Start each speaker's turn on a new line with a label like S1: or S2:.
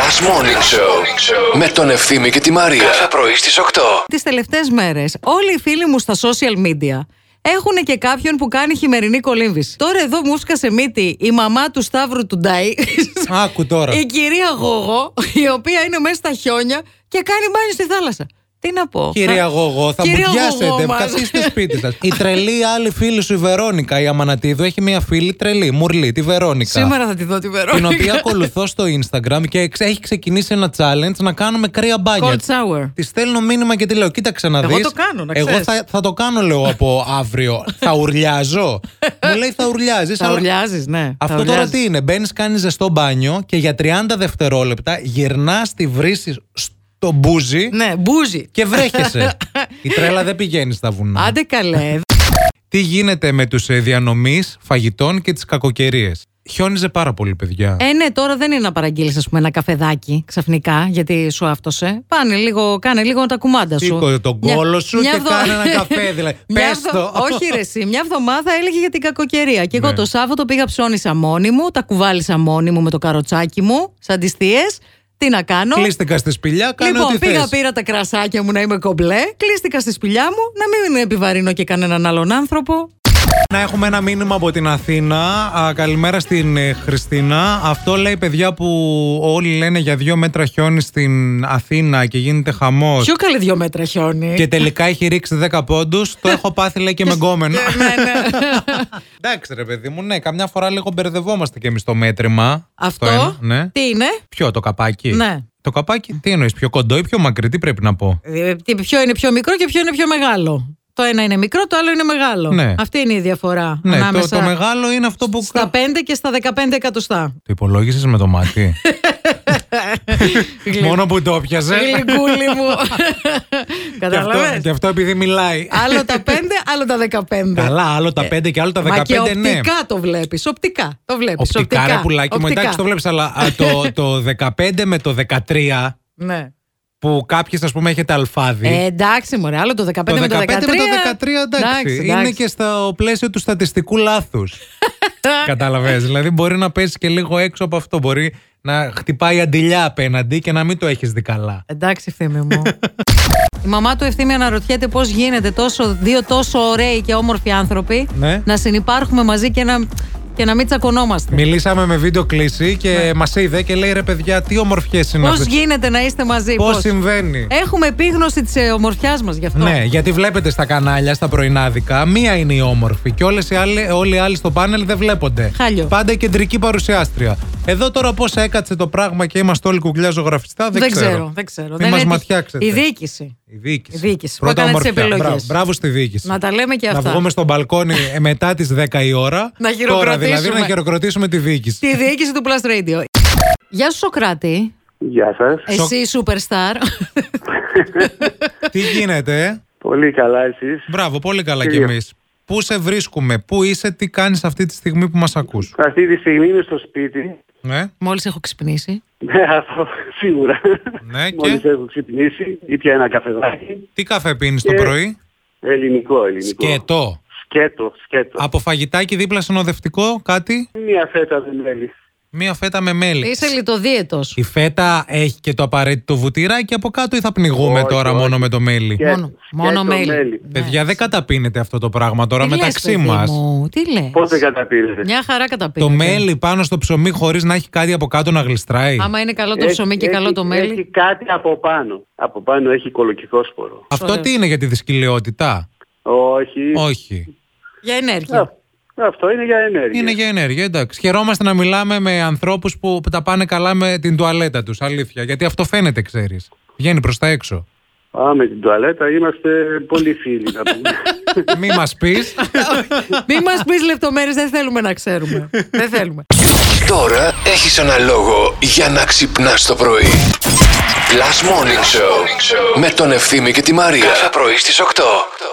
S1: Last Morning Show με τον Ευθύμη και τη Μαρία. Κάθε πρωί στις 8.
S2: Τις τελευταίες μέρες, όλοι οι φίλοι μου στα social media έχουν και κάποιον που κάνει χειμερινή κολύμβηση. Τώρα εδώ μου σκάσε μύτη η μαμά του Σταύρου του Ντάι.
S3: Άκου τώρα.
S2: Η κυρία Γογό, η οποία είναι μέσα στα χιόνια και κάνει μπάνιο στη θάλασσα. Τι να πω.
S3: Κυρία
S2: Θα-
S3: Γογό, θα
S2: Ε, Κυρία
S3: μπουδιάσετε.
S2: Γογό μας.
S3: Καθίστε σπίτι σας. Η τρελή άλλη φίλη σου, η Βερόνικα, η Αμανατίδου, έχει μία φίλη τρελή, μουρλή, τη Βερόνικα.
S2: Σήμερα θα τη δω τη
S3: Την
S2: Βερόνικα.
S3: οποία ακολουθώ στο Instagram και εξ- έχει ξεκινήσει ένα challenge να κάνουμε κρύα μπάνια.
S2: Cold shower.
S3: Τη στέλνω μήνυμα και τη λέω: Κοίταξε να
S2: Εγώ
S3: δεις.
S2: το κάνω, να
S3: Εγώ
S2: ξέρεις.
S3: θα, θα το κάνω, λέω, από αύριο. θα ουρλιάζω. Μου λέει: Θα ουρλιάζεις.
S2: Θα ουρλιάζεις, ναι. θα
S3: Αυτό τώρα
S2: ουρλιάζεις.
S3: τι είναι. Μπαίνεις, κάνεις ζεστό μπάνιο και για 30 δευτερόλεπτα γυρνάς τη βρύση στο μπούζι
S2: Ναι, μπούζι.
S3: και βρέχεσαι. Η τρέλα δεν πηγαίνει στα βουνά.
S2: Άντε καλέ.
S3: Τι γίνεται με τους διανομής φαγητών και τις κακοκαιρίες. Χιόνιζε πάρα πολύ, παιδιά.
S2: Ε, ναι, τώρα δεν είναι να παραγγείλεις, ας πούμε, ένα καφεδάκι ξαφνικά, γιατί σου άφτωσε. Πάνε λίγο, κάνε λίγο τα κουμάντα σου.
S3: Σήκω τον
S2: Μια-
S3: κόλο σου
S2: μια
S3: και
S2: βδο-
S3: κάνε ένα καφέ, δηλαδή.
S2: Μια
S3: Πες
S2: βδο-
S3: το. Ναι.
S2: Όχι, ρε, εσύ. Μια εβδομάδα έλεγε για την κακοκαιρία. Και εγώ το Σάββατο πήγα ψώνισα μόνη μου, τα κουβάλισα μόνη μου με το καροτσάκι μου, σαν τις θείες. Τι να κάνω.
S3: Κλείστηκα στη σπηλιά, κάνε
S2: λοιπόν,
S3: ό,τι
S2: πήγα,
S3: θες.
S2: πήρα τα κρασάκια μου να είμαι κομπλέ, κλείστηκα στη σπηλιά μου, να μην επιβαρύνω και κανέναν άλλον άνθρωπο.
S3: Να έχουμε ένα μήνυμα από την Αθήνα. Α, καλημέρα στην ε, Χριστίνα. Αυτό λέει παιδιά που όλοι λένε για δύο μέτρα χιόνι στην Αθήνα και γίνεται χαμός.
S2: Πιο καλή δύο μέτρα χιόνι.
S3: Και τελικά έχει ρίξει 10 πόντους. Το έχω πάθει λέει και με γκόμενο.
S2: Ε, ναι, ναι.
S3: Εντάξει ρε παιδί μου, ναι, καμιά φορά λίγο μπερδευόμαστε και εμείς το μέτρημα.
S2: Αυτό
S3: Το ένα, ναι.
S2: τι είναι.
S3: Ποιο, το καπάκι.
S2: Ναι.
S3: Το καπάκι, τι εννοείς, πιο κοντό ή πιο μακρύ, τι πρέπει να πω.
S2: Ε, τι- Ποιο είναι πιο μικρό και ποιο είναι πιο μεγάλο. Το ένα είναι μικρό, το άλλο είναι μεγάλο.
S3: Ναι.
S2: Αυτή είναι η διαφορά
S3: Ναι, το,
S2: ανάμεσα
S3: το μεγάλο είναι αυτό που.
S2: στα 5 και στα 15 εκατοστά.
S3: Το υπολόγισε με το μάτι.
S2: Γλυ-
S3: Μόνο που το πιασε.
S2: Γλυκούλη μου.
S3: Ναι. Γι' αυτό,
S2: Καταλαβες.
S3: γι' αυτό επειδή μιλάει.
S2: Άλλο τα 5, άλλο τα 15.
S3: Καλά, άλλο τα 5 και άλλο τα 15,
S2: Ε, Μα και
S3: ναι.
S2: οπτικά το βλέπεις, οπτικά το βλέπεις.
S3: Οπτικά, ρε πουλάκι μου,
S2: οπτικά.
S3: εντάξει το βλέπεις, αλλά α, το, το 15 με το 13
S2: Ναι.
S3: που κάποιοι ας πούμε έχετε αλφάδι.
S2: Ε, εντάξει μωρέ, άλλο το 15
S3: το 15
S2: με το 13.
S3: με το 13 εντάξει, είναι και στο πλαίσιο του στατιστικού λάθους. Κατάλαβες, δηλαδή μπορεί να πέσει και λίγο έξω από αυτό, μπορεί να χτυπάει αντιλιά απέναντι και να μην το έχεις δει καλά.
S2: Εντάξει, φίμη μου. Η μαμά του ευθύμη αναρωτιέται πώς γίνεται τόσο, δύο τόσο ωραίοι και όμορφοι άνθρωποι
S3: Ναι.
S2: να συνεπάρχουμε μαζί και να, και να μην τσακωνόμαστε.
S3: Μιλήσαμε με βίντεο κλίση
S2: Ναι.
S3: και μας είδε και λέει ρε παιδιά τι ομορφιές είναι
S2: Πώς
S3: αυτές.
S2: γίνεται να είστε μαζί,
S3: Πώς
S2: πώς.
S3: συμβαίνει.
S2: Έχουμε επίγνωση της ομορφιάς μας γι' αυτό.
S3: Ναι, γιατί βλέπετε στα κανάλια, στα πρωινάδικα, μία είναι η όμορφη και όλες οι άλλοι, όλοι οι άλλοι στο πάνελ δεν βλέπονται.
S2: Χάλιο.
S3: Πάντα η κεντρική παρουσιάστρια. Εδώ τώρα πώς έκατσε το πράγμα και είμαστε όλοι κουκλιά ζωγραφιστά, δεν,
S2: δεν, ξέρω. Δεν ξέρω.
S3: Μην
S2: Δεν
S3: μας
S2: έτυχε.
S3: ματιάξετε.
S2: Η διοίκηση.
S3: Η διοίκηση.
S2: η διοίκηση που
S3: Πρώτα
S2: έκανε τις
S3: ομορφιά.
S2: επιλογές.
S3: Μπράβο, μπράβο στη διοίκηση.
S2: Να τα λέμε και
S3: Να
S2: αυτά.
S3: βγούμε στον μπαλκόνι ε, μετά τις 10 η ώρα.
S2: Να
S3: Τώρα
S2: χειροκροτήσουμε.
S3: δηλαδή να χειροκροτήσουμε τη διοίκηση.
S2: Τη διοίκηση του Plus Radio. Γεια σου, Σοκράτη.
S4: Γεια σας.
S2: Εσύ, superstar.
S3: Τι γίνεται, ε?
S4: Πολύ καλά εσείς.
S3: Μπράβο, πολύ καλά κι
S4: Κυρία.
S3: εμείς. Πού σε βρίσκουμε, πού είσαι, τι κάνεις αυτή τη στιγμή που μας ακούς.
S4: Αυτή τη στιγμή είμαι στο σπίτι.
S3: Ναι.
S2: Μόλις έχω ξυπνήσει.
S4: Ναι, αυτό σίγουρα.
S3: Ναι, και?
S4: Μόλις έχω ξυπνήσει, ήπια ένα καφεδάκι.
S3: Τι καφέ πίνεις το
S4: Ε,
S3: πρωί,
S4: Ελληνικό, ελληνικό.
S3: Σκέτο.
S4: Σκέτο, σκέτο.
S3: Από φαγητάκι δίπλα συνοδευτικό, κάτι.
S4: Μία φέτα δεν μέλη.
S3: Μία φέτα με μέλι.
S2: Είσαι λιτοδίαιτος.
S3: Η φέτα έχει και το απαραίτητο βουτυράκι από κάτω ή θα πνιγούμε
S4: Όχι,
S3: τώρα
S4: όχι.
S3: μόνο με το μέλι.
S4: Και-
S2: Μόνο,
S4: σκέτο
S2: μόνο μέλι.
S4: μέλι.
S2: Ναι.
S3: Παιδιά, δεν καταπίνεται αυτό το πράγμα τώρα
S2: Τι λες,
S3: μεταξύ
S2: παιδί
S3: μας.
S2: μου, Τι λες.
S4: Πότε καταπήρετε.
S2: Μια χαρά καταπίνεται.
S3: Το μέλι πάνω στο ψωμί χωρίς να έχει κάτι από κάτω να γλιστράει.
S2: Άμα είναι καλό το ψωμί και καλό το μέλι.
S4: Έχει κάτι από πάνω. Από πάνω έχει κολοκυθόσπορο.
S3: Αυτό τι είναι για τη δυσκολιότητα.
S4: Όχι.
S3: Όχι.
S2: Για ενέργεια.
S4: Α, Αυτό είναι για ενέργεια.
S3: Είναι για ενέργεια, εντάξει. Χαιρόμαστε να μιλάμε με ανθρώπους που τα πάνε καλά με την τουαλέτα τους. Αλήθεια. Γιατί αυτό φαίνεται, ξέρεις. Βγαίνει προς τα έξω.
S4: Α, με την τουαλέτα είμαστε πολύ φίλοι. να πούμε.
S3: Μη μας πεις.
S2: Μην μας πεις λεπτομέρειες, δεν θέλουμε να ξέρουμε. δεν θέλουμε.
S1: Τώρα έχεις ένα λόγο για να ξυπνάς το πρωί. Last Morning Show με τον Ευθύμη και τη Μαρία. Κάθε πρωί στις 8.